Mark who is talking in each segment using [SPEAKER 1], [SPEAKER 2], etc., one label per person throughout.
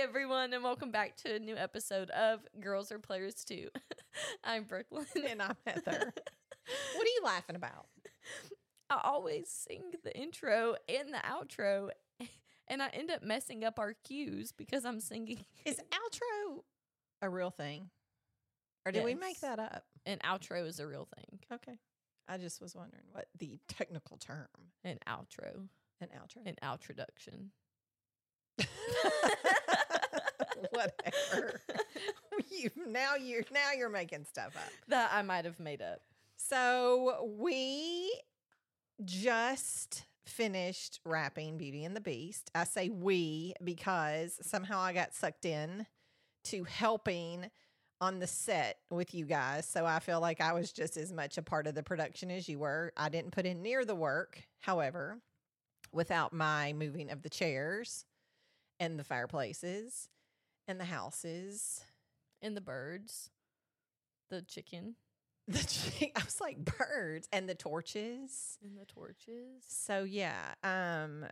[SPEAKER 1] everyone, and welcome back to a new episode of Girls Are Players Too. I'm Brooklyn.
[SPEAKER 2] and I'm Heather. what are you laughing about?
[SPEAKER 1] I always sing the intro and the outro, and I end up messing up our cues because I'm singing
[SPEAKER 2] Is outro a real thing? Or did we make
[SPEAKER 1] Yes.
[SPEAKER 2] that up?
[SPEAKER 1] an outro is a real thing.
[SPEAKER 2] Okay. I just was wondering what the technical term
[SPEAKER 1] An outro,
[SPEAKER 2] an outro.
[SPEAKER 1] an outroduction.
[SPEAKER 2] Whatever. you now you're now you're making stuff up.
[SPEAKER 1] that I might have made up.
[SPEAKER 2] So we just finished wrapping Beauty and the Beast. I say we because somehow I got sucked in to helping on the set with you guys. So I feel like I was just as much a part of the production as you were. I didn't put in near the work, however, without my moving of the chairs and the fireplaces and the houses.
[SPEAKER 1] And the birds, the chicken,
[SPEAKER 2] The chi- I was like birds and the torches.
[SPEAKER 1] and the torches.
[SPEAKER 2] So yeah, um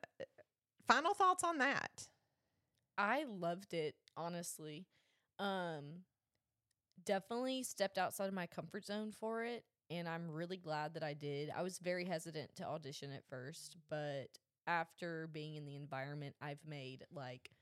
[SPEAKER 2] final thoughts on that.
[SPEAKER 1] I loved it, honestly. Um definitely stepped outside of my comfort zone for it and I'm really glad that I did. I was very hesitant to audition at first, but after being in the environment I've made like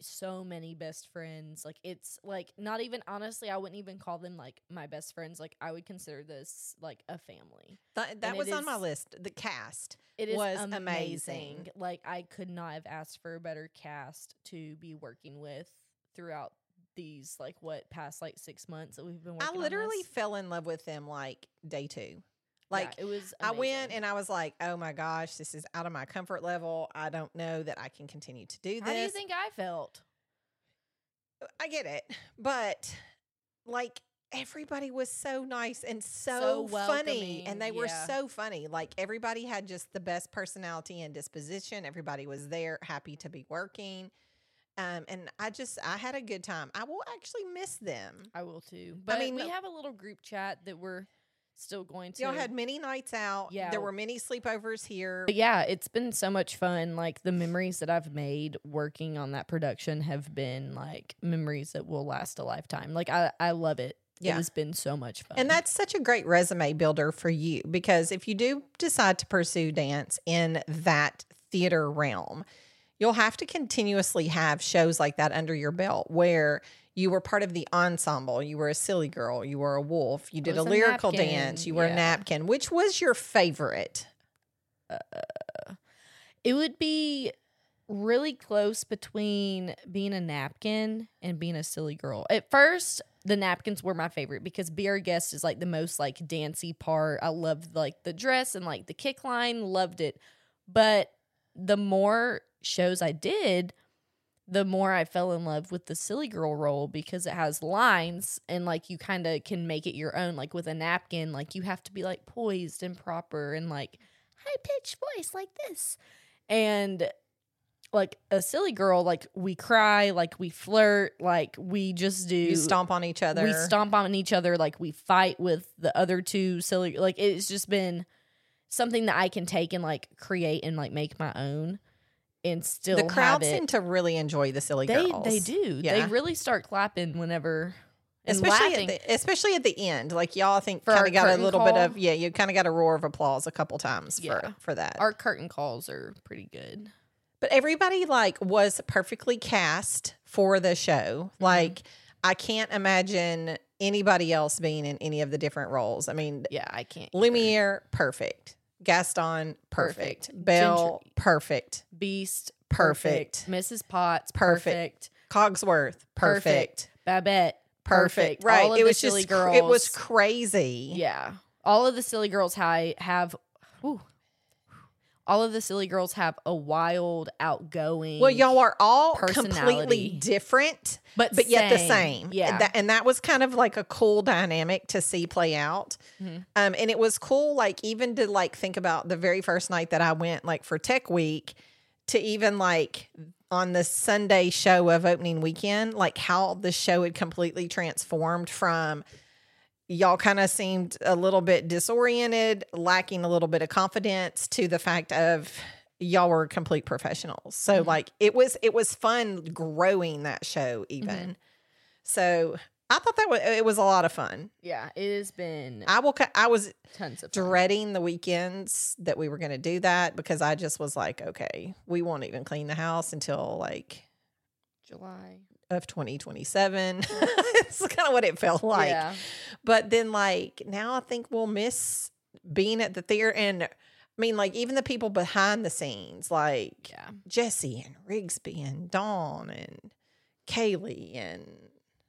[SPEAKER 1] so many best friends. Like it's like not even honestly I wouldn't even call them like my best friends. Like I would consider this like a family.
[SPEAKER 2] Th- that
[SPEAKER 1] it
[SPEAKER 2] was on my
[SPEAKER 1] is-
[SPEAKER 2] list. The cast.
[SPEAKER 1] It is
[SPEAKER 2] was
[SPEAKER 1] amazing.
[SPEAKER 2] amazing.
[SPEAKER 1] Like I could not have asked for a better cast to be working with throughout these like what past like six months that we've been working.
[SPEAKER 2] I literally
[SPEAKER 1] on this.
[SPEAKER 2] fell in love with them like day two.
[SPEAKER 1] Yeah,
[SPEAKER 2] Like
[SPEAKER 1] it was.
[SPEAKER 2] I went
[SPEAKER 1] amazing.
[SPEAKER 2] and I was like, oh my gosh, this is out of my comfort level. I don't know that I can continue to do this.
[SPEAKER 1] how do you think I felt?
[SPEAKER 2] I get it. But like everybody was so nice and
[SPEAKER 1] So
[SPEAKER 2] so, funny
[SPEAKER 1] welcoming,
[SPEAKER 2] and they were
[SPEAKER 1] yeah.
[SPEAKER 2] so funny. Like everybody had just the best personality and disposition. Everybody was there happy to be working. Um and I just I had a good time. I will actually miss them.
[SPEAKER 1] I will too. But I mean,
[SPEAKER 2] mean,
[SPEAKER 1] we
[SPEAKER 2] the-
[SPEAKER 1] have a little group chat that we're still going to.
[SPEAKER 2] Y'all had many nights out.
[SPEAKER 1] Yeah.
[SPEAKER 2] There were many sleepovers here.
[SPEAKER 1] But yeah, it's been so much fun. Like the memories that I've made working on that production have been like memories that will last a lifetime. Like I, I love it. It
[SPEAKER 2] Yeah.
[SPEAKER 1] has been so much fun.
[SPEAKER 2] And that's such a great resume builder for you because if you do decide to pursue dance in that theater realm, you'll have to continuously have shows like that under your belt where you were part of the ensemble, you were a silly girl, you were a wolf, you did a
[SPEAKER 1] was a
[SPEAKER 2] lyrical
[SPEAKER 1] napkin,
[SPEAKER 2] dance, you were
[SPEAKER 1] yeah.
[SPEAKER 2] a napkin. Which was your favorite?
[SPEAKER 1] It would be really close between being a napkin and being a silly girl. At first, the napkins were my favorite because Be Our Guest is like the most like dancey part. I loved like the dress and like the kick line, loved it. But the more shows I did, the more I fell in love with the silly girl role because it has lines and like you kind of can make it your own. Like with a napkin, like you have to be like poised and proper and like high pitched voice like this and like a silly girl like we cry like we flirt like we just do
[SPEAKER 2] You stomp on each other.
[SPEAKER 1] we stomp on each other like we fight with the other two silly like it's just been something that i can take and like create and like make my own and still
[SPEAKER 2] The
[SPEAKER 1] have
[SPEAKER 2] crowd
[SPEAKER 1] it.
[SPEAKER 2] seemed to really enjoy the silly
[SPEAKER 1] they
[SPEAKER 2] girls.
[SPEAKER 1] they do
[SPEAKER 2] Yeah.
[SPEAKER 1] they really start clapping whenever and
[SPEAKER 2] especially
[SPEAKER 1] laughing.
[SPEAKER 2] at the, especially at the end. Like y'all, I think
[SPEAKER 1] For our
[SPEAKER 2] kind of got a
[SPEAKER 1] curtain
[SPEAKER 2] little bit of
[SPEAKER 1] call.
[SPEAKER 2] yeah, you kind of got a roar of applause a couple times
[SPEAKER 1] Yeah.
[SPEAKER 2] for for that.
[SPEAKER 1] our curtain calls are pretty good
[SPEAKER 2] but everybody like was perfectly cast for the show.
[SPEAKER 1] Mm-hmm.
[SPEAKER 2] Like I can't imagine anybody else being in any of the different roles. I mean,
[SPEAKER 1] yeah i can't either.
[SPEAKER 2] Lumiere perfect, Gaston perfect,
[SPEAKER 1] Perfect.
[SPEAKER 2] Bell
[SPEAKER 1] Gentry.
[SPEAKER 2] perfect,
[SPEAKER 1] beast
[SPEAKER 2] Perfect.
[SPEAKER 1] mrs potts
[SPEAKER 2] Perfect. Cogsworth perfect.
[SPEAKER 1] Perfect. Babette.
[SPEAKER 2] Perfect. Right.
[SPEAKER 1] All of
[SPEAKER 2] it
[SPEAKER 1] the
[SPEAKER 2] was
[SPEAKER 1] silly
[SPEAKER 2] just cr-
[SPEAKER 1] girls.
[SPEAKER 2] it was crazy.
[SPEAKER 1] yeah. All of the silly girls hi- have. Ooh, all of the silly girls have a wild, outgoing.
[SPEAKER 2] Well, y'all are all
[SPEAKER 1] personality.
[SPEAKER 2] completely different,
[SPEAKER 1] but
[SPEAKER 2] but yet the same.
[SPEAKER 1] Yeah.
[SPEAKER 2] Tha- and that was kind of like a cool dynamic to see play out.
[SPEAKER 1] Mhm.
[SPEAKER 2] Um, and it was cool, like even to like think about the very first night that I went, like for Tech Week, to even like on the Sunday show of opening weekend, like how the show had completely transformed from y'all kind of seemed a little bit disoriented, lacking a little bit of confidence to the fact of y'all were complete professionals. So
[SPEAKER 1] Mhm.
[SPEAKER 2] like it was it was fun growing that show even. So I thought that was, it was a lot of fun.
[SPEAKER 1] Yeah, it has been
[SPEAKER 2] I will co- I was
[SPEAKER 1] tons of fun.
[SPEAKER 2] dreading the weekends that we were going to do that because I just was like, okay, we won't even clean the house until like
[SPEAKER 1] July.
[SPEAKER 2] of 2027. it's kind of what it felt like.
[SPEAKER 1] yeah.
[SPEAKER 2] But then, like, now I think we'll miss being at the theater. And I mean, like, even the people behind the scenes, like
[SPEAKER 1] yeah.
[SPEAKER 2] Jesse and Rigsby and Dawn and Kaylee and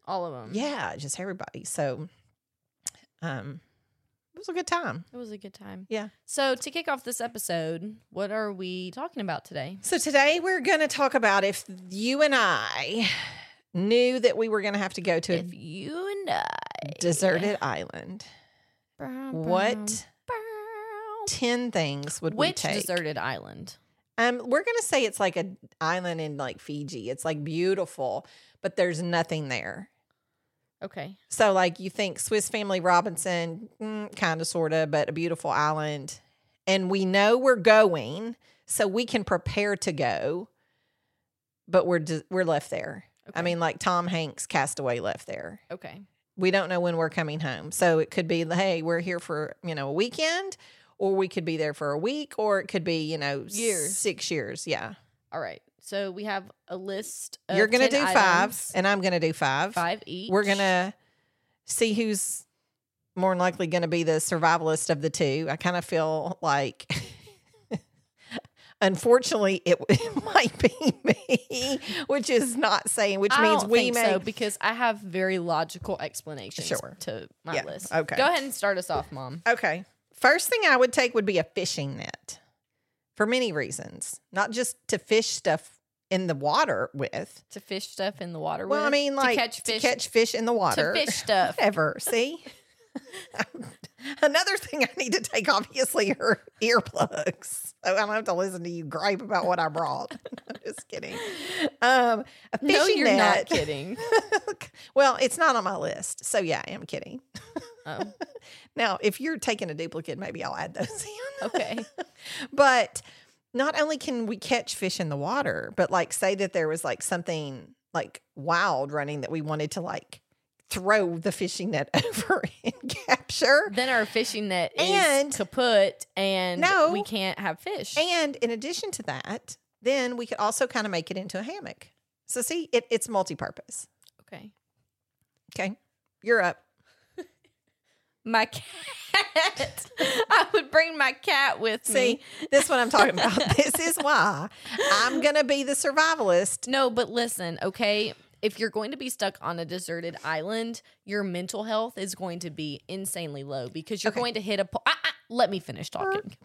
[SPEAKER 1] All of them.
[SPEAKER 2] yeah, just everybody. So, um, it was a good time.
[SPEAKER 1] It was a good time.
[SPEAKER 2] Yeah.
[SPEAKER 1] So to kick off this episode, what are we talking about today?
[SPEAKER 2] So, today we're going to talk about if you and I knew that we were going to have to go to
[SPEAKER 1] If you and I
[SPEAKER 2] a deserted island,
[SPEAKER 1] Bow,
[SPEAKER 2] what
[SPEAKER 1] bow, bow.
[SPEAKER 2] 10 things would we
[SPEAKER 1] Which
[SPEAKER 2] take?
[SPEAKER 1] deserted island?
[SPEAKER 2] Um, we're gonna say it's like an island in like Fiji. It's like beautiful, but there's nothing there.
[SPEAKER 1] Okay.
[SPEAKER 2] So like you think Swiss Family Robinson, mm, kind of, sort of, but a beautiful island, and we know we're going, so we can prepare to go, but we're d- we're left there.
[SPEAKER 1] okay.
[SPEAKER 2] I mean, like Tom Hanks, Castaway, left there.
[SPEAKER 1] okay.
[SPEAKER 2] We don't know when we're coming home, so it could be hey, we're here for you know a weekend, or we could be there for a week, or it could be you know
[SPEAKER 1] Years.
[SPEAKER 2] six years, yeah.
[SPEAKER 1] All right. So we have a list of
[SPEAKER 2] You're gonna
[SPEAKER 1] 10
[SPEAKER 2] do five,
[SPEAKER 1] items,
[SPEAKER 2] and I'm gonna do five.
[SPEAKER 1] five each.
[SPEAKER 2] We're gonna see who's more than likely gonna be the survivalist of the two. I kind of feel like, unfortunately, it, it might be me, which is not saying, which
[SPEAKER 1] I
[SPEAKER 2] means
[SPEAKER 1] don't
[SPEAKER 2] we
[SPEAKER 1] think
[SPEAKER 2] may.
[SPEAKER 1] so because I have very logical explanations
[SPEAKER 2] Sure.
[SPEAKER 1] to my
[SPEAKER 2] Yeah,
[SPEAKER 1] list.
[SPEAKER 2] okay.
[SPEAKER 1] Go ahead and start us off, mom.
[SPEAKER 2] Okay, first thing I would take would be a fishing net, for many reasons, not just to fish stuff in the water with.
[SPEAKER 1] To fish stuff in the water.
[SPEAKER 2] Well, I
[SPEAKER 1] with?
[SPEAKER 2] mean, like
[SPEAKER 1] to catch fish.
[SPEAKER 2] to catch fish in the water.
[SPEAKER 1] to fish stuff.
[SPEAKER 2] Ever See? Another thing I need to take, obviously, are earplugs. So I don't have to listen to you gripe about what I brought. I'm just kidding. Um, a fishing
[SPEAKER 1] No, you're not
[SPEAKER 2] net.
[SPEAKER 1] kidding.
[SPEAKER 2] well, it's not on my list. So, yeah, I am kidding.
[SPEAKER 1] Oh,
[SPEAKER 2] Now, if you're taking a duplicate, maybe I'll add those in.
[SPEAKER 1] okay.
[SPEAKER 2] But not only can we catch fish in the water, but like say that there was like something like wild running that we wanted to like throw the fishing net over and capture.
[SPEAKER 1] then our fishing net is
[SPEAKER 2] And-
[SPEAKER 1] kaput, and
[SPEAKER 2] No.
[SPEAKER 1] we can't have fish.
[SPEAKER 2] And in addition to that, then we could also kind of make it into a hammock. So see, it, it's multi-purpose.
[SPEAKER 1] okay.
[SPEAKER 2] Okay. You're up.
[SPEAKER 1] My cat. I would bring my cat with
[SPEAKER 2] See,
[SPEAKER 1] me.
[SPEAKER 2] this is what I'm talking about. this is why I'm gonna be the survivalist.
[SPEAKER 1] No, but listen, okay? If you're going to be stuck on a deserted island, your mental health is going to be insanely low because you're
[SPEAKER 2] Okay.
[SPEAKER 1] going to hit a po- ah, ah, let me finish talking.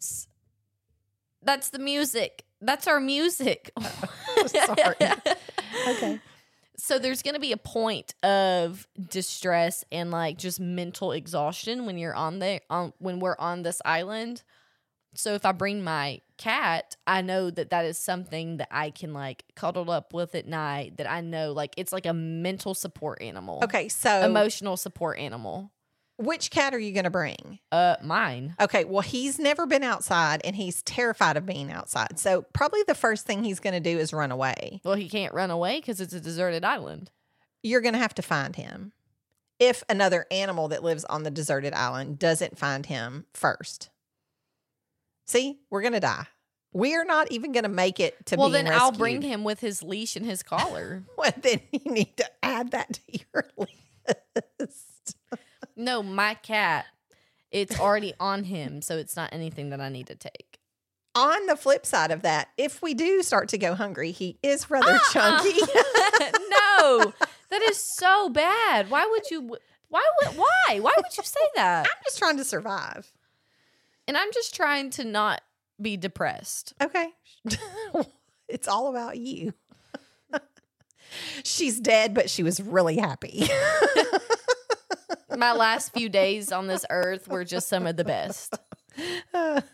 [SPEAKER 1] S- That's the music. That's our music.
[SPEAKER 2] Sorry. Okay.
[SPEAKER 1] So there's going to be a point of distress and like just mental exhaustion when you're on the on when we're on this island. So if I bring my cat, I know that that is something that I can like cuddle up with at night. That I know like it's like a mental support animal.
[SPEAKER 2] Okay, so
[SPEAKER 1] Emotional support animal.
[SPEAKER 2] which cat are you gonna bring?
[SPEAKER 1] Uh, mine.
[SPEAKER 2] Okay, well, he's never been outside and he's terrified of being outside. So, probably the first thing he's going to do is run away.
[SPEAKER 1] Well, he can't run away because it's a deserted island.
[SPEAKER 2] You're going to have to find him if another animal that lives on the deserted island doesn't find him first. See, we're going to die. We're not even going to make it to
[SPEAKER 1] well,
[SPEAKER 2] being
[SPEAKER 1] then I'll bring
[SPEAKER 2] rescued.
[SPEAKER 1] him with his leash and his collar.
[SPEAKER 2] Well, then you need to add that to your list.
[SPEAKER 1] No, my cat. It's already on him, so it's not anything that I need to take.
[SPEAKER 2] On the flip side of that, if we do start to go hungry, he is rather
[SPEAKER 1] Uh-uh.
[SPEAKER 2] chunky.
[SPEAKER 1] no, that is so bad. Why would you? Why would? Why? Why would you say that?
[SPEAKER 2] I'm just trying to survive.
[SPEAKER 1] And I'm just trying to not be depressed.
[SPEAKER 2] Okay. it's all about you. She's dead, but she was really happy.
[SPEAKER 1] My last few days on this earth were just some of the best.
[SPEAKER 2] the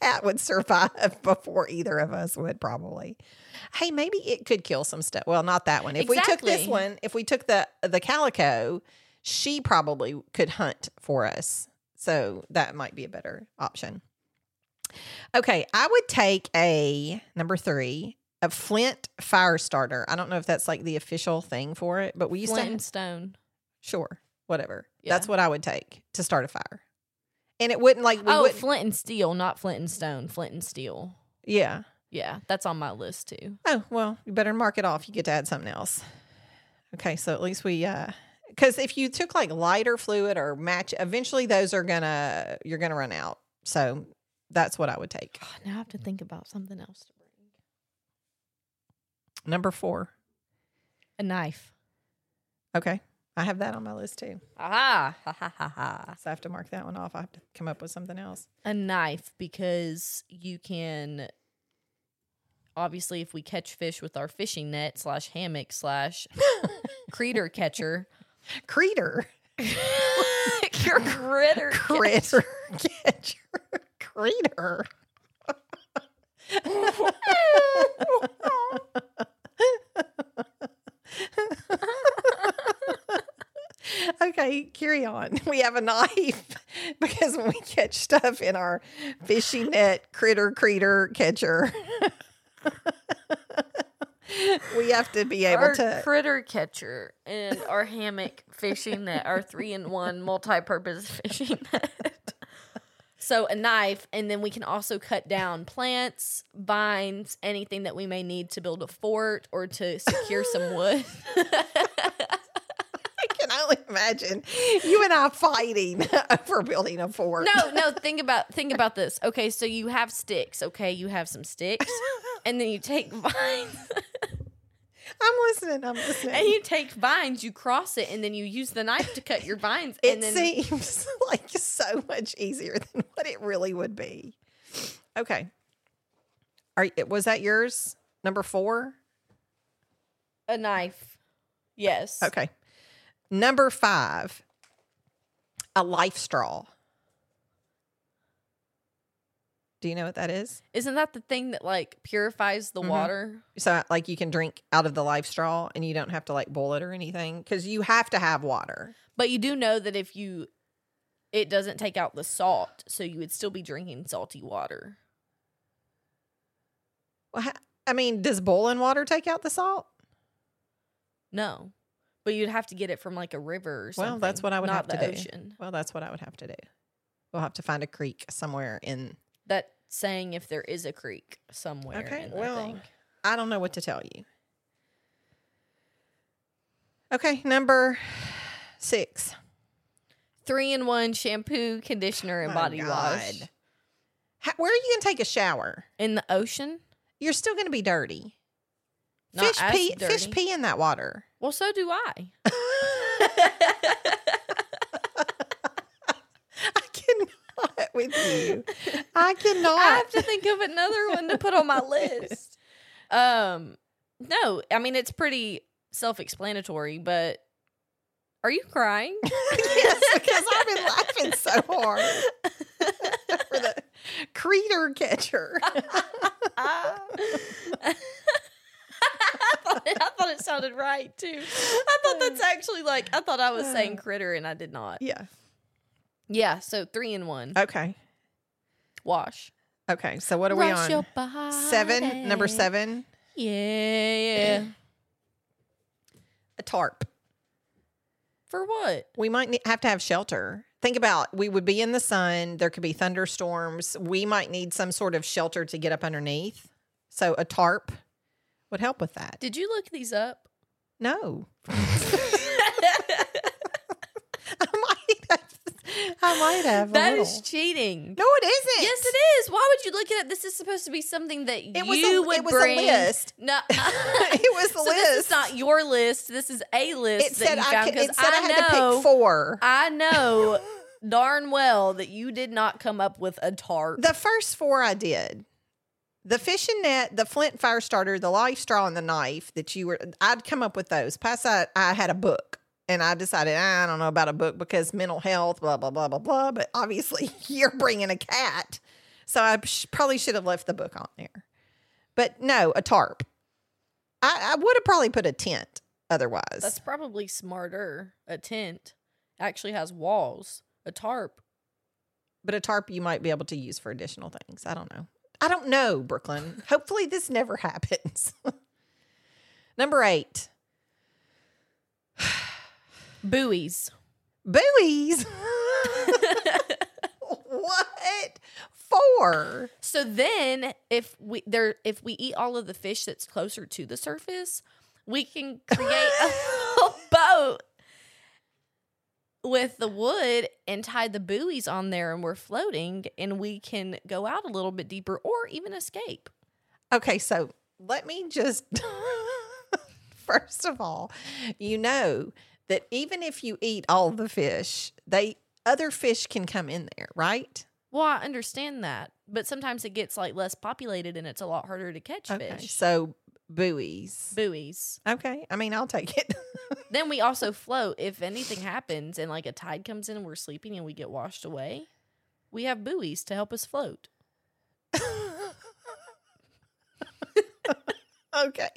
[SPEAKER 2] cat would survive before either of us would probably. Hey, maybe it could kill some stuff. Well, not that one. If we took this
[SPEAKER 1] Exactly.
[SPEAKER 2] one, if we took the the calico, she probably could hunt for us. So that might be a better option. Okay, I would take a number three, a Flint fire starter. I don't know if that's like the official thing for it, but we used
[SPEAKER 1] Flint
[SPEAKER 2] to
[SPEAKER 1] and stone.
[SPEAKER 2] sure, whatever. That's
[SPEAKER 1] Yeah.
[SPEAKER 2] what I would take to start a fire, and it wouldn't like we
[SPEAKER 1] oh,
[SPEAKER 2] wouldn't.
[SPEAKER 1] flint and steel, not flint and stone. Flint and steel.
[SPEAKER 2] yeah.
[SPEAKER 1] Yeah, that's on my list too.
[SPEAKER 2] Oh well, you better mark it off. You get to add something else. Okay, so at least we uh, because if you took like lighter fluid or match, eventually those are gonna you're gonna run out. So that's what I would take.
[SPEAKER 1] God, now I have to think about something else to bring.
[SPEAKER 2] Number four.
[SPEAKER 1] A knife.
[SPEAKER 2] Okay, I have that on my list too.
[SPEAKER 1] Ah, ha ha ha ha.
[SPEAKER 2] So I have to mark that one off. I have to come up with something else.
[SPEAKER 1] A knife because you can obviously if we catch fish with our fishing net slash hammock slash creature catcher.
[SPEAKER 2] Creeter.
[SPEAKER 1] Your critter.
[SPEAKER 2] Critter. Catcher. Creeter. okay, carry on. We have a knife because when we catch stuff in our fishing net, critter, creeter, catcher, we have to be able
[SPEAKER 1] our
[SPEAKER 2] to.
[SPEAKER 1] critter catcher and our hammock fishing net, our three in one multi purpose fishing net. So a knife, and then we can also cut down plants, vines, anything that we may need to build a fort or to secure some wood.
[SPEAKER 2] I can only imagine you and I fighting over building a fort.
[SPEAKER 1] no, no, think about think about this. Okay, so you have sticks, okay? You have some sticks, and then you take vines.
[SPEAKER 2] I'm listening. I'm listening.
[SPEAKER 1] and you take vines, you cross it, and then you use the knife to cut your vines.
[SPEAKER 2] it
[SPEAKER 1] and then
[SPEAKER 2] seems like so much easier than what it really would be. Okay. Are, was that yours? Number four?
[SPEAKER 1] a knife. Yes.
[SPEAKER 2] Okay. Number five, a life straw. Do you know what that is?
[SPEAKER 1] Isn't that the thing that like purifies the
[SPEAKER 2] Mhm.
[SPEAKER 1] water?
[SPEAKER 2] So, like, you can drink out of the life straw and you don't have to like boil it or anything because you have to have water.
[SPEAKER 1] But you do know that if you it doesn't take out the salt, so you would still be drinking salty water.
[SPEAKER 2] Well, ha- I mean, does boiling water take out the salt?
[SPEAKER 1] No. But you'd have to get it from like a river or something.
[SPEAKER 2] Well, that's what I would
[SPEAKER 1] not
[SPEAKER 2] have
[SPEAKER 1] the
[SPEAKER 2] to do.
[SPEAKER 1] ocean.
[SPEAKER 2] Well, that's what I would have to do. We'll have to find a creek somewhere in.
[SPEAKER 1] That saying if there is a creek somewhere
[SPEAKER 2] Okay,
[SPEAKER 1] in
[SPEAKER 2] well,
[SPEAKER 1] that thing.
[SPEAKER 2] I don't know what to tell you. Okay, number six.
[SPEAKER 1] Three in one shampoo, conditioner, and
[SPEAKER 2] My
[SPEAKER 1] body wash.
[SPEAKER 2] God. How, where are you going to take a shower?
[SPEAKER 1] In the ocean?
[SPEAKER 2] You're still going to be dirty.
[SPEAKER 1] Not
[SPEAKER 2] fish
[SPEAKER 1] as
[SPEAKER 2] pee. Fish
[SPEAKER 1] dirty.
[SPEAKER 2] pee in that water.
[SPEAKER 1] Well, so do I.
[SPEAKER 2] I cannot with you. I cannot.
[SPEAKER 1] I have to think of another one to put on my list. Um, no, I mean it's pretty self-explanatory, but are you crying?
[SPEAKER 2] yes, because I've been laughing so hard for the creature catcher.
[SPEAKER 1] I, thought it, I thought it sounded right too. I thought that's actually like I thought I was saying critter and I did not.
[SPEAKER 2] Yeah.
[SPEAKER 1] Yeah, so three in one.
[SPEAKER 2] Okay.
[SPEAKER 1] Wash.
[SPEAKER 2] Okay. So what are
[SPEAKER 1] Wash
[SPEAKER 2] we on?
[SPEAKER 1] your body.
[SPEAKER 2] Seven. Number seven.
[SPEAKER 1] Yeah.
[SPEAKER 2] A tarp.
[SPEAKER 1] For what?
[SPEAKER 2] We might ne- have to have shelter. Think about we would be in the sun. There could be thunderstorms. We might need some sort of shelter to get up underneath. So a tarp would help with that.
[SPEAKER 1] Did you look these up?
[SPEAKER 2] No. I might have. I might have.
[SPEAKER 1] That
[SPEAKER 2] a
[SPEAKER 1] is
[SPEAKER 2] little.
[SPEAKER 1] cheating.
[SPEAKER 2] no, it isn't.
[SPEAKER 1] Yes, it is. Why would you look at it? This is supposed to be something that
[SPEAKER 2] It
[SPEAKER 1] you
[SPEAKER 2] was a-
[SPEAKER 1] would
[SPEAKER 2] it was a
[SPEAKER 1] bring.
[SPEAKER 2] list.
[SPEAKER 1] No,
[SPEAKER 2] It was a
[SPEAKER 1] so This
[SPEAKER 2] list.
[SPEAKER 1] is not your list. This is a list
[SPEAKER 2] It
[SPEAKER 1] that
[SPEAKER 2] said
[SPEAKER 1] you
[SPEAKER 2] I.
[SPEAKER 1] found
[SPEAKER 2] Could, it
[SPEAKER 1] because
[SPEAKER 2] said I,
[SPEAKER 1] I,
[SPEAKER 2] had to
[SPEAKER 1] know.
[SPEAKER 2] pick four.
[SPEAKER 1] I know darn well that you did not come up with a tarp.
[SPEAKER 2] The first four I did. The fishing net, the flint fire starter, the life straw, and the knife that you were, I'd come up with those. Plus, I, I had a book and I decided, "Ah, I don't know about a book because mental health, blah, blah, blah, blah, blah. But obviously, you're bringing a cat. So I sh- probably should have left the book on there. But no, a tarp. I, I would have probably put a tent otherwise.
[SPEAKER 1] That's probably smarter. A tent actually has walls. A tarp
[SPEAKER 2] But a tarp you might be able to use for additional things. I don't know. I don't know, Brooklyn. Hopefully this never happens. Number eight,
[SPEAKER 1] Buoys.
[SPEAKER 2] buoys. what for?
[SPEAKER 1] So then, if we there, if we eat all of the fish that's closer to the surface, we can create a little boat with the wood and tie the buoys on there, and we're floating, and we can go out a little bit deeper, or even escape.
[SPEAKER 2] Okay, so let me just first of all, you know that even if you eat all the fish, they other fish can come in there, right?
[SPEAKER 1] Well, I understand that, but sometimes it gets like less populated, and it's a lot harder to catch
[SPEAKER 2] Okay,
[SPEAKER 1] fish.
[SPEAKER 2] so buoys.
[SPEAKER 1] Buoys.
[SPEAKER 2] okay, I mean I'll take it.
[SPEAKER 1] Then we also float if anything happens and like a tide comes in and we're sleeping and we get washed away. We have buoys to help us float.
[SPEAKER 2] okay,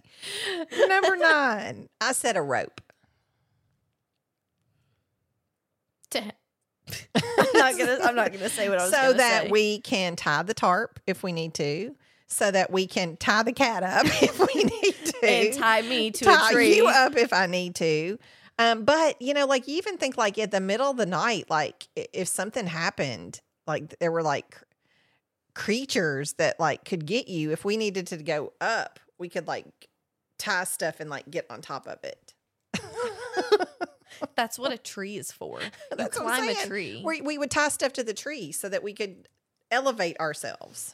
[SPEAKER 2] number nine. I said a rope.
[SPEAKER 1] To I'm not gonna. I'm not gonna say what I was.
[SPEAKER 2] so
[SPEAKER 1] gonna
[SPEAKER 2] that
[SPEAKER 1] say.
[SPEAKER 2] we can tie the tarp if we need to, so that we can tie the cat up if we need to,
[SPEAKER 1] and tie me to
[SPEAKER 2] tie
[SPEAKER 1] a tree.
[SPEAKER 2] you up if I need to. Um, but you know, like you even think like at the middle of the night, like i- if something happened, like there were like cr- creatures that like could get you. If we needed to go up, we could like tie stuff and like get on top of it.
[SPEAKER 1] That's what a tree is for. You
[SPEAKER 2] That's what I'm
[SPEAKER 1] climb a
[SPEAKER 2] saying.
[SPEAKER 1] tree.
[SPEAKER 2] we, we would tie stuff to the tree so that we could elevate ourselves.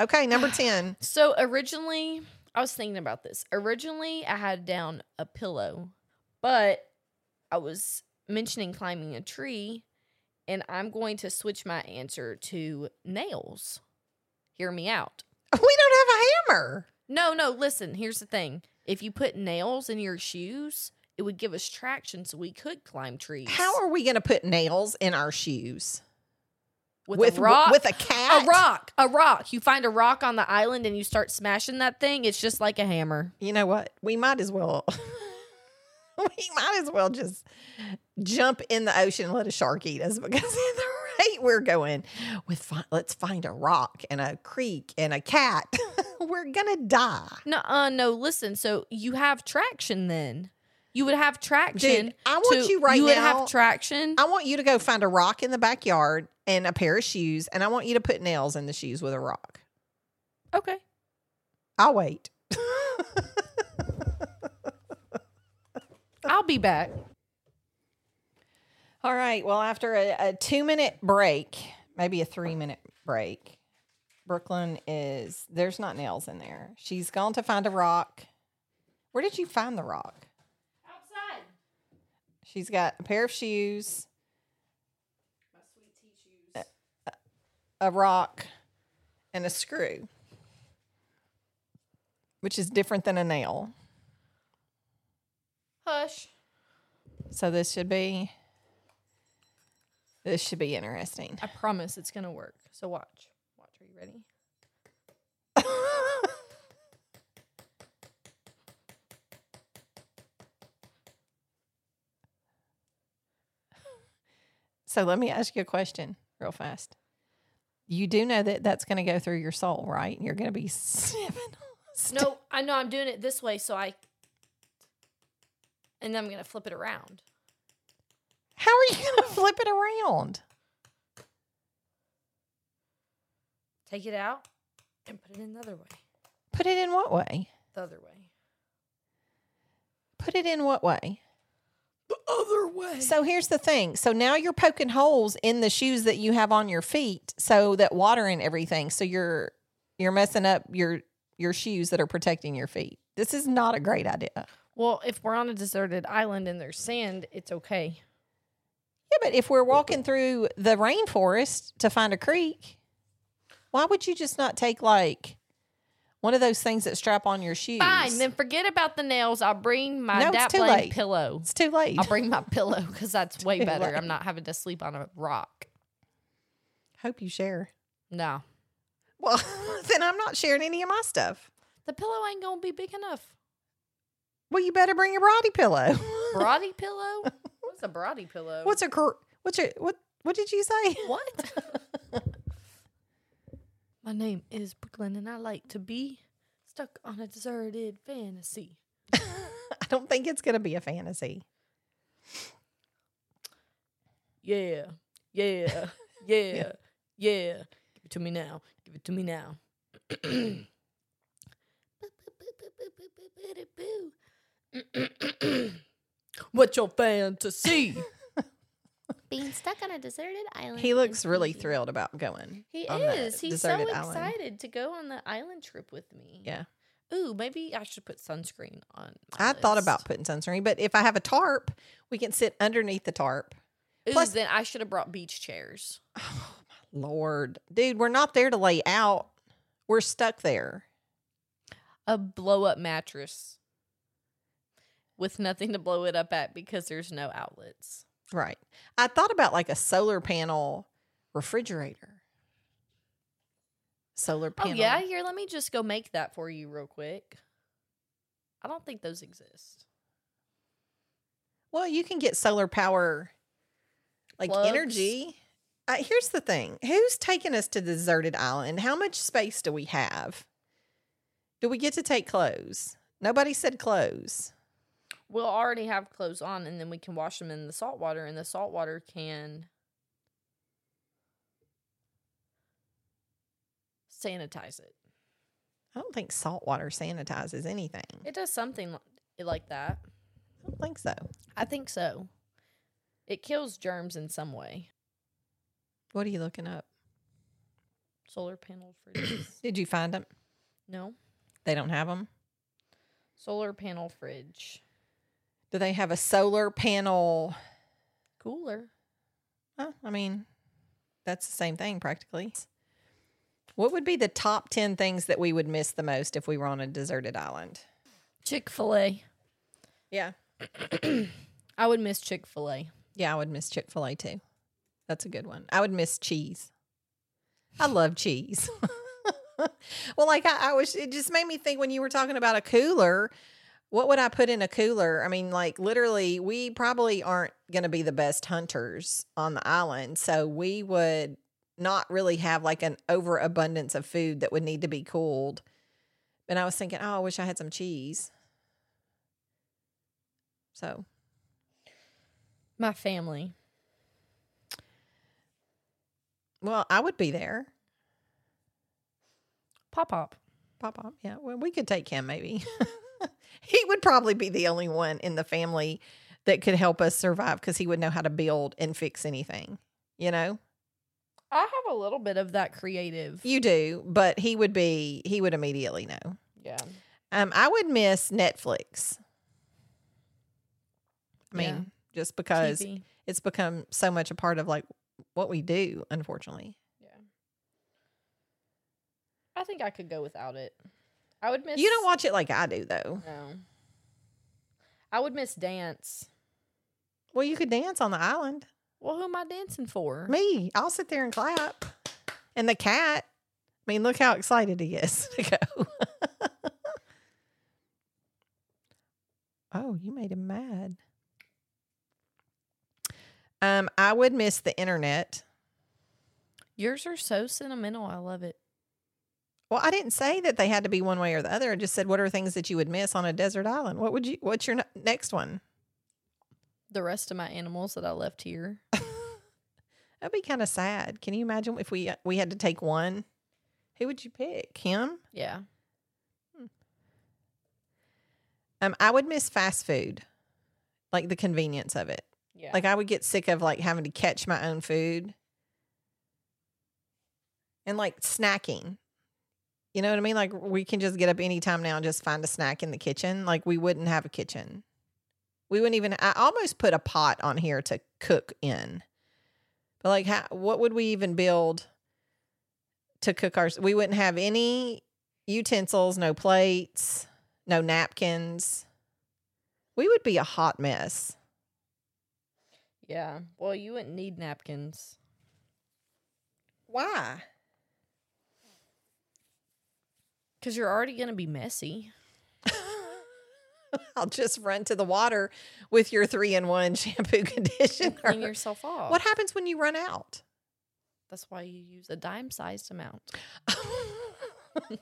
[SPEAKER 2] Okay, number 10.
[SPEAKER 1] so originally, I was thinking about this. Originally, I had down a pillow, but I was mentioning climbing a tree, and I'm going to switch my answer to nails. Hear me out.
[SPEAKER 2] We don't have a hammer.
[SPEAKER 1] No, no. Listen. Here's the thing. If you put nails in your shoes, it would give us traction, so we could climb trees.
[SPEAKER 2] How are we going to put nails in our shoes?
[SPEAKER 1] with,
[SPEAKER 2] with
[SPEAKER 1] a rock?
[SPEAKER 2] with a cat?
[SPEAKER 1] A rock, a rock. You find a rock on the island and you start smashing that thing. It's just like a hammer.
[SPEAKER 2] You know what? We might as well. we might as well just jump in the ocean and let a shark eat us because at the rate we're going with, fi- let's find a rock and a creek and a cat. we're gonna die.
[SPEAKER 1] No, uh, no. Listen, so you have traction then. You would have traction.
[SPEAKER 2] Dude, I want
[SPEAKER 1] to-
[SPEAKER 2] you right
[SPEAKER 1] You would
[SPEAKER 2] now-
[SPEAKER 1] have traction.
[SPEAKER 2] I want you to go find a rock in the backyard and a pair of shoes, and I want you to put nails in the shoes with a rock.
[SPEAKER 1] okay.
[SPEAKER 2] I'll wait.
[SPEAKER 1] I'll be back.
[SPEAKER 2] All right. Well, after a, a two minute break, maybe a three minute break, Brooklyn is there's not nails in there. She's gone to find a rock. Where did you find the rock?
[SPEAKER 1] Outside.
[SPEAKER 2] She's got a pair of shoes,
[SPEAKER 1] My sweet tea shoes.
[SPEAKER 2] a rock, and a screw, which is different than a nail.
[SPEAKER 1] Hush.
[SPEAKER 2] So this should be this should be interesting.
[SPEAKER 1] I promise it's gonna work. So watch. Watch. Are you ready?
[SPEAKER 2] so let me ask you a question real fast. You do know that that's going to go through your soul, right? You're going to be sniffing. stuff.
[SPEAKER 1] No, I know I'm doing it this way, so I. And then I'm gonna flip it around.
[SPEAKER 2] How are you going to flip it around?
[SPEAKER 1] Take it out and put it in the other way.
[SPEAKER 2] Put it in what way?
[SPEAKER 1] The other way.
[SPEAKER 2] Put it in what way?
[SPEAKER 1] The other way.
[SPEAKER 2] So here's the thing. So now you're poking holes in the shoes that you have on your feet, so that water and everything. So you're you're messing up your your shoes that are protecting your feet. This is not a great idea. Yeah,
[SPEAKER 1] Well, if we're on a deserted island and there's sand, it's okay.
[SPEAKER 2] but if we're walking through the rainforest to find a creek, why would you just not take like one of those things that strap on your shoes?
[SPEAKER 1] Fine, then forget about the nails. I'll bring my
[SPEAKER 2] No, it's
[SPEAKER 1] dap
[SPEAKER 2] too
[SPEAKER 1] blank
[SPEAKER 2] late.
[SPEAKER 1] pillow.
[SPEAKER 2] it's too late.
[SPEAKER 1] I'll bring my pillow because that's way
[SPEAKER 2] Too
[SPEAKER 1] better.
[SPEAKER 2] late.
[SPEAKER 1] I'm not having to sleep on a rock.
[SPEAKER 2] Hope you share.
[SPEAKER 1] No.
[SPEAKER 2] Well, then I'm not sharing any of my stuff.
[SPEAKER 1] The pillow ain't going to be big enough.
[SPEAKER 2] Well, you better bring your body pillow.
[SPEAKER 1] Brody pillow? What's a brody pillow?
[SPEAKER 2] What's a cor- what's a what? What did you say?
[SPEAKER 1] what? My name is Brooklyn, and I like to be stuck on a deserted fantasy.
[SPEAKER 2] I don't think it's going to be a fantasy.
[SPEAKER 1] Yeah, yeah, yeah, yeah. Give it to me now. Give it to me now. What's your fantasy?
[SPEAKER 3] Being stuck on a deserted island.
[SPEAKER 2] He looks
[SPEAKER 3] is
[SPEAKER 2] really
[SPEAKER 3] easy.
[SPEAKER 2] thrilled about going.
[SPEAKER 1] He
[SPEAKER 2] on the
[SPEAKER 1] is. He's so
[SPEAKER 2] deserted
[SPEAKER 1] excited
[SPEAKER 2] island.
[SPEAKER 1] to go on the island trip with me.
[SPEAKER 2] Yeah.
[SPEAKER 1] Ooh, maybe I should put sunscreen on. my
[SPEAKER 2] I thought
[SPEAKER 1] list.
[SPEAKER 2] about putting sunscreen, but if I have a tarp, we can sit underneath the tarp.
[SPEAKER 1] Ooh,
[SPEAKER 2] plus-
[SPEAKER 1] then I should have brought beach chairs.
[SPEAKER 2] Oh my lord, dude, we're not there to lay out. We're stuck there.
[SPEAKER 1] a blow up mattress with nothing to blow it up at because there's no outlets.
[SPEAKER 2] Right. I thought about like a solar panel refrigerator. Solar panel.
[SPEAKER 1] Oh yeah, here let me just go make that for you real quick. I don't think those exist.
[SPEAKER 2] Well, you can get solar power, like
[SPEAKER 1] Plugs.
[SPEAKER 2] energy. Uh, here's the thing: Who's taking us to the deserted island? How much space do we have? Do we get to take clothes? Nobody said clothes.
[SPEAKER 1] We'll already have clothes on and then we can wash them in the salt water and the salt water can sanitize it.
[SPEAKER 2] I don't think salt water sanitizes anything.
[SPEAKER 1] It does something li- like that.
[SPEAKER 2] I don't think so.
[SPEAKER 1] I think so. It kills germs in some way.
[SPEAKER 2] What are you looking up?
[SPEAKER 1] Solar panel fridges.
[SPEAKER 2] Did you find them?
[SPEAKER 1] no.
[SPEAKER 2] They don't have them.
[SPEAKER 1] solar panel fridge
[SPEAKER 2] Do they have a solar panel?
[SPEAKER 1] cooler.
[SPEAKER 2] Huh, I mean, that's the same thing practically. What would be the top 10 things that we would miss the most if we were on a deserted island?
[SPEAKER 1] Chick fil A.
[SPEAKER 2] Yeah.
[SPEAKER 1] I would miss Chick fil A.
[SPEAKER 2] Yeah, I would miss Chick fil A too. That's a good one. I would miss cheese. I love cheese. well, like I, I was, it just made me think when you were talking about a cooler, what would I put in a cooler? I mean, like literally, we probably aren't going to be the best hunters on the island. So we would not really have like an overabundance of food that would need to be cooled. And I was thinking, oh, I wish I had some cheese. So
[SPEAKER 1] My family.
[SPEAKER 2] Well, I would be there.
[SPEAKER 1] Pop Pop.
[SPEAKER 2] Pop Pop. Yeah. Well, we could take him maybe. he would probably be the only one in the family that could help us survive because he would know how to build and fix anything. You know,
[SPEAKER 1] I have a little bit of that creative.
[SPEAKER 2] you do, but he would be, he would immediately know.
[SPEAKER 1] yeah.
[SPEAKER 2] Um, I would miss Netflix. I mean,
[SPEAKER 1] Yeah.
[SPEAKER 2] just because
[SPEAKER 1] TV.
[SPEAKER 2] it's become so much a part of like what we do, unfortunately.
[SPEAKER 1] Yeah. I think I could go without it. I would miss.
[SPEAKER 2] You don't watch it like I do, though.
[SPEAKER 1] No. I would miss dance.
[SPEAKER 2] Well, you could dance on the island.
[SPEAKER 1] Well, who am I dancing for?
[SPEAKER 2] Me. I'll sit there and clap. And the cat. I mean, look how excited he is to go. oh, you made him mad. Um, I would miss the internet.
[SPEAKER 1] Yours are so sentimental. I love it.
[SPEAKER 2] Well, I didn't say that they had to be one way or the other. I just said, what are things that you would miss on a desert island? What would you? What's your n- next one?
[SPEAKER 1] The rest of my animals that I left here.
[SPEAKER 2] That'd be kind of sad. Can you imagine if we we had to take one? Who would you pick? Him?
[SPEAKER 1] Yeah.
[SPEAKER 2] Um, I would miss fast food, like the convenience of it.
[SPEAKER 1] Yeah.
[SPEAKER 2] Like I would get sick of like having to catch my own food and like snacking. You know what I mean? Like we can just get up anytime now and just find a snack in the kitchen. Like we wouldn't have a kitchen. We wouldn't even I almost put a pot on here to cook in. But like how, what would we even build to cook our we wouldn't have any utensils, no plates, no napkins. We would be a hot mess.
[SPEAKER 1] yeah. Well, you wouldn't need napkins.
[SPEAKER 2] Why?
[SPEAKER 1] Because you're already going to be messy.
[SPEAKER 2] I'll just run to the water with your three in one shampoo
[SPEAKER 1] Clean
[SPEAKER 2] conditioner.
[SPEAKER 1] yourself off.
[SPEAKER 2] What happens when you run out?
[SPEAKER 1] That's why you use a dime sized amount.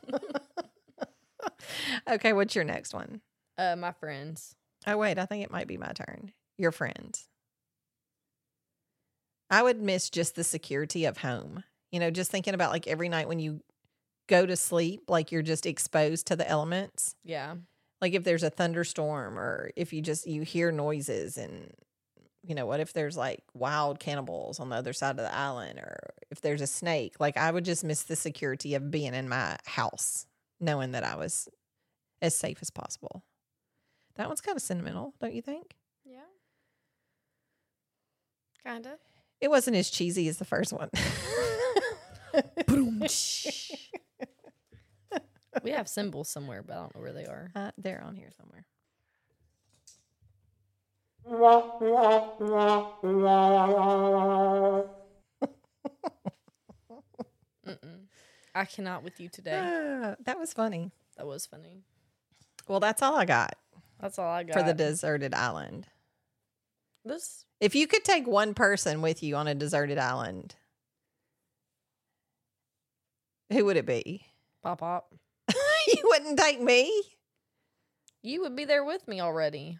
[SPEAKER 2] okay, what's your next one?
[SPEAKER 1] Uh, my friends.
[SPEAKER 2] Oh, wait, I think it might be my turn. Your friend. I would miss just the security of home. You know, just thinking about like every night when you go to sleep, like you're just exposed to the elements.
[SPEAKER 1] Yeah.
[SPEAKER 2] Like if there's a thunderstorm or if you just you hear noises and you know, what if there's like wild cannibals on the other side of the island or if there's a snake? Like I would just miss the security of being in my house, knowing that I was as safe as possible. That one's kind of sentimental, don't you think?
[SPEAKER 3] Yeah. Kinda.
[SPEAKER 2] It wasn't as cheesy as the first one.
[SPEAKER 1] Boom. we have symbols somewhere, but I don't know where they are.
[SPEAKER 2] uh, they're on here somewhere.
[SPEAKER 1] Mm-mm. I cannot with you today.
[SPEAKER 2] Ah, that was funny.
[SPEAKER 1] That was funny.
[SPEAKER 2] Well, that's all I got
[SPEAKER 1] That's all I got
[SPEAKER 2] for the deserted island.
[SPEAKER 1] This
[SPEAKER 2] If you could take one person with you on a deserted island, who would it be?
[SPEAKER 1] pop up.
[SPEAKER 2] you wouldn't take me?
[SPEAKER 1] You would be there with me already.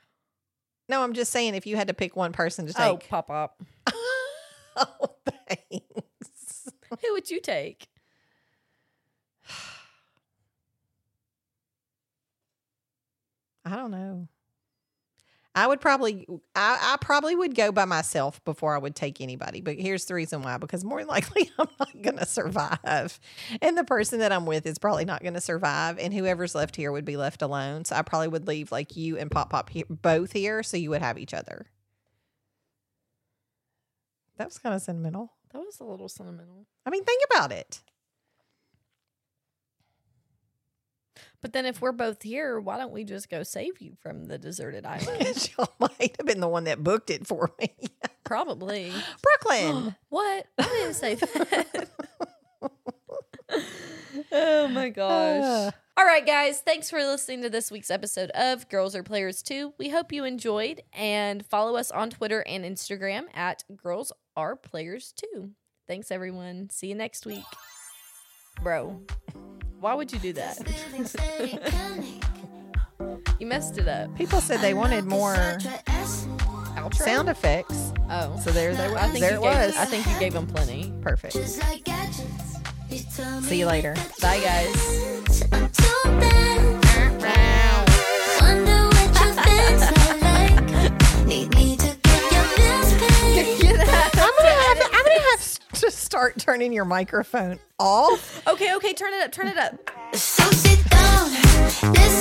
[SPEAKER 2] No, I'm just saying if you had to pick one person to
[SPEAKER 1] Oh,
[SPEAKER 2] take.
[SPEAKER 1] pop up.
[SPEAKER 2] oh thanks.
[SPEAKER 1] Who would you take?
[SPEAKER 2] I don't know. I would probably, I, I probably would go by myself before I would take anybody. But here's the reason why: because more than likely I'm not going to survive, and the person that I'm with is probably not going to survive, and whoever's left here would be left alone. So I probably would leave like you and Pop Pop he- both here, so you would have each other. That was kind of sentimental.
[SPEAKER 1] That was a little sentimental.
[SPEAKER 2] I mean, think about it.
[SPEAKER 1] But then if we're both here, why don't we just go save you from the deserted island?
[SPEAKER 2] Y'all might have been the one that booked it for me,
[SPEAKER 1] Probably.
[SPEAKER 2] Brooklyn.
[SPEAKER 1] what? I didn't say that. oh my
[SPEAKER 2] Ah.
[SPEAKER 1] gosh. All right, guys. Thanks for listening to this week's episode of Girls Are Players 2. We hope you enjoyed and follow us on Twitter and Instagram at Girls Are Players 2. Thanks, everyone. See you next week. Bro, why would you do that? You messed it up.
[SPEAKER 2] People said they wanted more.
[SPEAKER 1] Outro?
[SPEAKER 2] sound effects.
[SPEAKER 1] Oh.
[SPEAKER 2] So there they
[SPEAKER 1] I
[SPEAKER 2] were.
[SPEAKER 1] think
[SPEAKER 2] There
[SPEAKER 1] you gave,
[SPEAKER 2] it was.
[SPEAKER 1] I think you gave him plenty.
[SPEAKER 2] Perfect.
[SPEAKER 4] See
[SPEAKER 2] See you later.
[SPEAKER 1] Bye, guys.
[SPEAKER 4] I'm too bad. Wonder what your things are like. Need me to get your bills paid.
[SPEAKER 2] I'm gonna have to, I'm gonna have to start turning your microphone off.
[SPEAKER 1] Okay, okay. Turn it up. Turn it up.
[SPEAKER 4] So sit down, listen